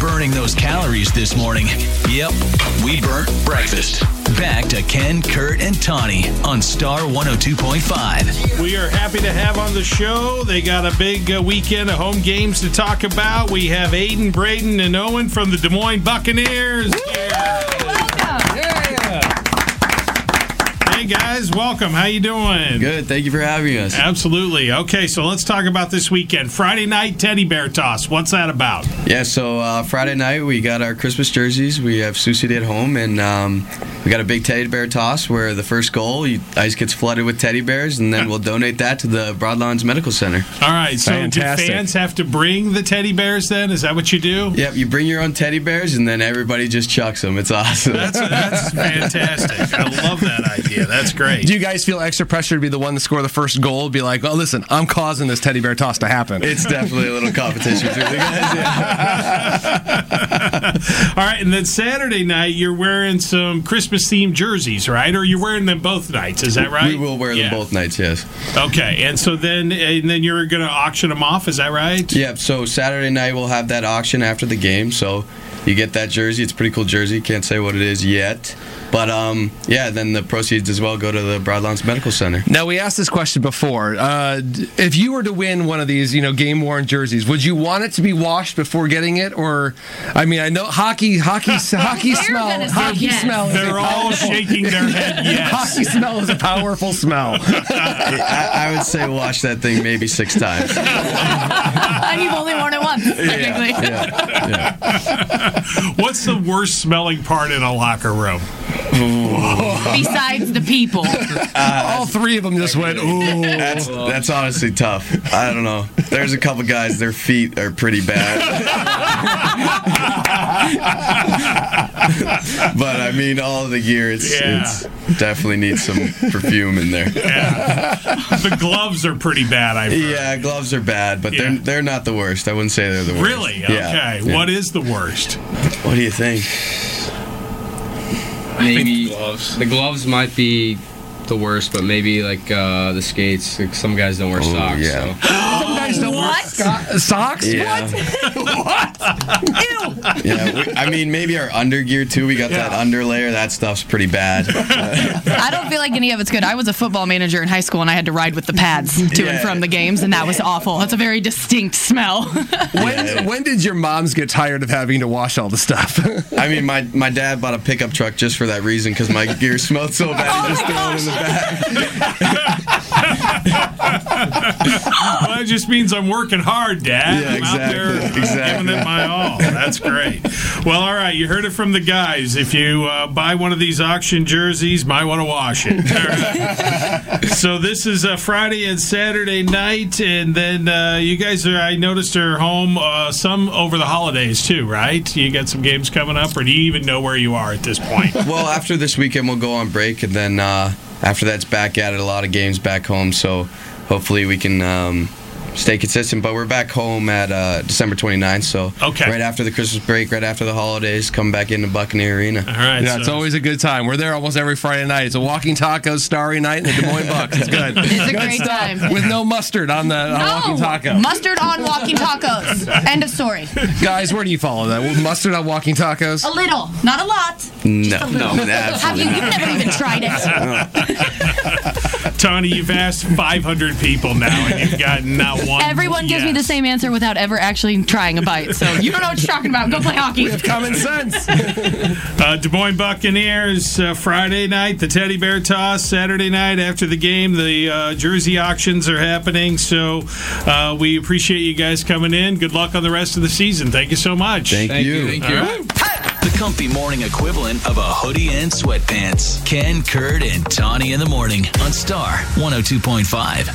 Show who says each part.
Speaker 1: burning those calories this morning. Yep, we burnt breakfast. Back to Ken, Kurt, and Tawny on Star 102.5.
Speaker 2: We are happy to have on the show. They got a big uh, weekend of home games to talk about. We have Aiden, Braden, and Owen from the Des Moines Buccaneers. Hey guys, welcome. How you doing?
Speaker 3: Good. Thank you for having us.
Speaker 2: Absolutely. Okay, so let's talk about this weekend. Friday night teddy bear toss. What's that about?
Speaker 3: Yeah. So uh, Friday night we got our Christmas jerseys. We have Sioux City at home, and um, we got a big teddy bear toss where the first goal you, ice gets flooded with teddy bears, and then we'll donate that to the Broadlands Medical Center.
Speaker 2: All right, so
Speaker 4: Fantastic.
Speaker 2: do fans have to bring the teddy bears then? Is that what you do?
Speaker 3: Yep. You bring your own teddy bears, and then everybody just chucks them. It's awesome.
Speaker 2: That's that's fantastic. I love that idea. That's great.
Speaker 4: Do you guys feel extra pressure to be the one to score the first goal? Be like, oh, listen, I'm causing this teddy bear toss to happen.
Speaker 3: it's definitely a little competition between the guys. yeah.
Speaker 2: All right, and then Saturday night you're wearing some Christmas themed jerseys, right? Or you're wearing them both nights? Is that right?
Speaker 3: We will wear
Speaker 2: Yeah.
Speaker 3: them both nights. Yes.
Speaker 2: Okay, and so then and then you're going to auction them off. Is that right?
Speaker 3: Yep. So Saturday night we'll have that auction after the game. So you get that jersey. It's a pretty cool jersey. Can't say what it is yet. But um, yeah, then the proceeds as well go to the Broadlands Medical Center.
Speaker 4: Now we asked this question before. Uh, d- if you were to win one of these, you know, game worn jerseys, would you want it to be washed before getting it, or, I mean, I know hockey, hockey, hockey
Speaker 5: They're
Speaker 4: smell,
Speaker 5: gonna say
Speaker 4: hockey
Speaker 5: yes.
Speaker 4: smell. is a
Speaker 2: They're all
Speaker 4: powerful-
Speaker 2: shaking their head. Yes.
Speaker 4: Hockey smell is a powerful smell.
Speaker 3: I, I would say wash that thing maybe six times.
Speaker 5: and you've only worn it once, technically.
Speaker 2: What's the worst smelling part in a locker room?
Speaker 5: Besides the people.
Speaker 4: all three of them just went. Ooh.
Speaker 3: That's that's honestly tough. I don't know. There's a couple guys. Their feet are pretty bad. but I mean, all of the gear, it's,
Speaker 2: Yeah.
Speaker 3: it's definitely needs some perfume in there.
Speaker 2: The gloves are pretty bad. I've heard.
Speaker 3: Yeah, gloves are bad, but
Speaker 2: Yeah.
Speaker 3: they're they're not the worst. I wouldn't say they're the worst.
Speaker 2: Really?
Speaker 3: Yeah.
Speaker 2: Okay.
Speaker 3: Yeah.
Speaker 2: What is the worst?
Speaker 3: What do you think?
Speaker 6: maybe gloves. the gloves might be the worst, but maybe like uh, the skates. Like some guys don't wear
Speaker 3: Oh,
Speaker 6: socks.
Speaker 3: yeah.
Speaker 6: So.
Speaker 4: Some guys don't wear
Speaker 5: What?
Speaker 4: sco- socks.
Speaker 3: Yeah. what? Yeah. We, I mean, maybe our undergear too. We got that underlayer. That stuff's pretty bad.
Speaker 5: I don't feel like any of it's good. I was a football manager in high school and I had to ride with the pads to and
Speaker 3: Yeah.
Speaker 5: from the games, and that was awful. That's a very distinct smell.
Speaker 4: When when did your moms get tired of having to wash all the stuff?
Speaker 3: I mean, my my dad bought a pickup truck just for that reason because my gear smelled so bad. He just threw it in the back.
Speaker 2: Well, it just means I'm working hard, Dad.
Speaker 3: Yeah,
Speaker 2: I'm out
Speaker 3: exactly,
Speaker 2: there uh,
Speaker 3: exactly.
Speaker 2: giving it my all. That's great. Well, all right. You heard it from the guys. If you uh, buy one of these auction jerseys, might want to wash it. All right. so this is uh, Friday and Saturday night, and then uh, you guys are. I noticed are home uh, some over the holidays too, right? You got some games coming up, or do you even know where you are at this point?
Speaker 3: Well, after this weekend, we'll go on break, and then uh, after that's back at it. A lot of games back home, so hopefully we can. Um, Stay consistent, but we're back home at uh, December 29th, so
Speaker 2: Okay.
Speaker 3: right after the Christmas break, right after the holidays, come back into Buccaneer Arena.
Speaker 2: All right.
Speaker 4: Yeah, it's
Speaker 2: so-
Speaker 4: always a good time. We're there almost every Friday night. It's a walking tacos starry night in the Des Moines Bucks. It's good.
Speaker 5: It's a
Speaker 4: Good
Speaker 5: great
Speaker 4: stuff.
Speaker 5: time.
Speaker 4: With no mustard on the on walking taco.
Speaker 5: Mustard on walking tacos. End of story.
Speaker 4: Guys, where do you follow that? Well, Mustard on walking tacos?
Speaker 5: A little, not a lot.
Speaker 3: No, no,
Speaker 5: Have
Speaker 3: absolutely
Speaker 5: you? You've never even tried it.
Speaker 2: Tony, you've asked 500 people now, and you've gotten not one.
Speaker 5: Everyone gives me the
Speaker 2: yes.
Speaker 5: same answer without ever actually trying a bite. So you don't know what you're talking about. Go play hockey.
Speaker 4: Common sense.
Speaker 2: Uh, Des Moines Buccaneers uh, Friday night, the teddy bear toss. Saturday night after the game, the uh, jersey auctions are happening. So uh, we appreciate you guys coming in. Good luck on the rest of the season. Thank you so much.
Speaker 3: Thank you.
Speaker 6: Thank you.
Speaker 1: The comfy morning equivalent of a hoodie and oh sweatpants. Ken, Kurt, and Tawny in the morning on Star 102.5.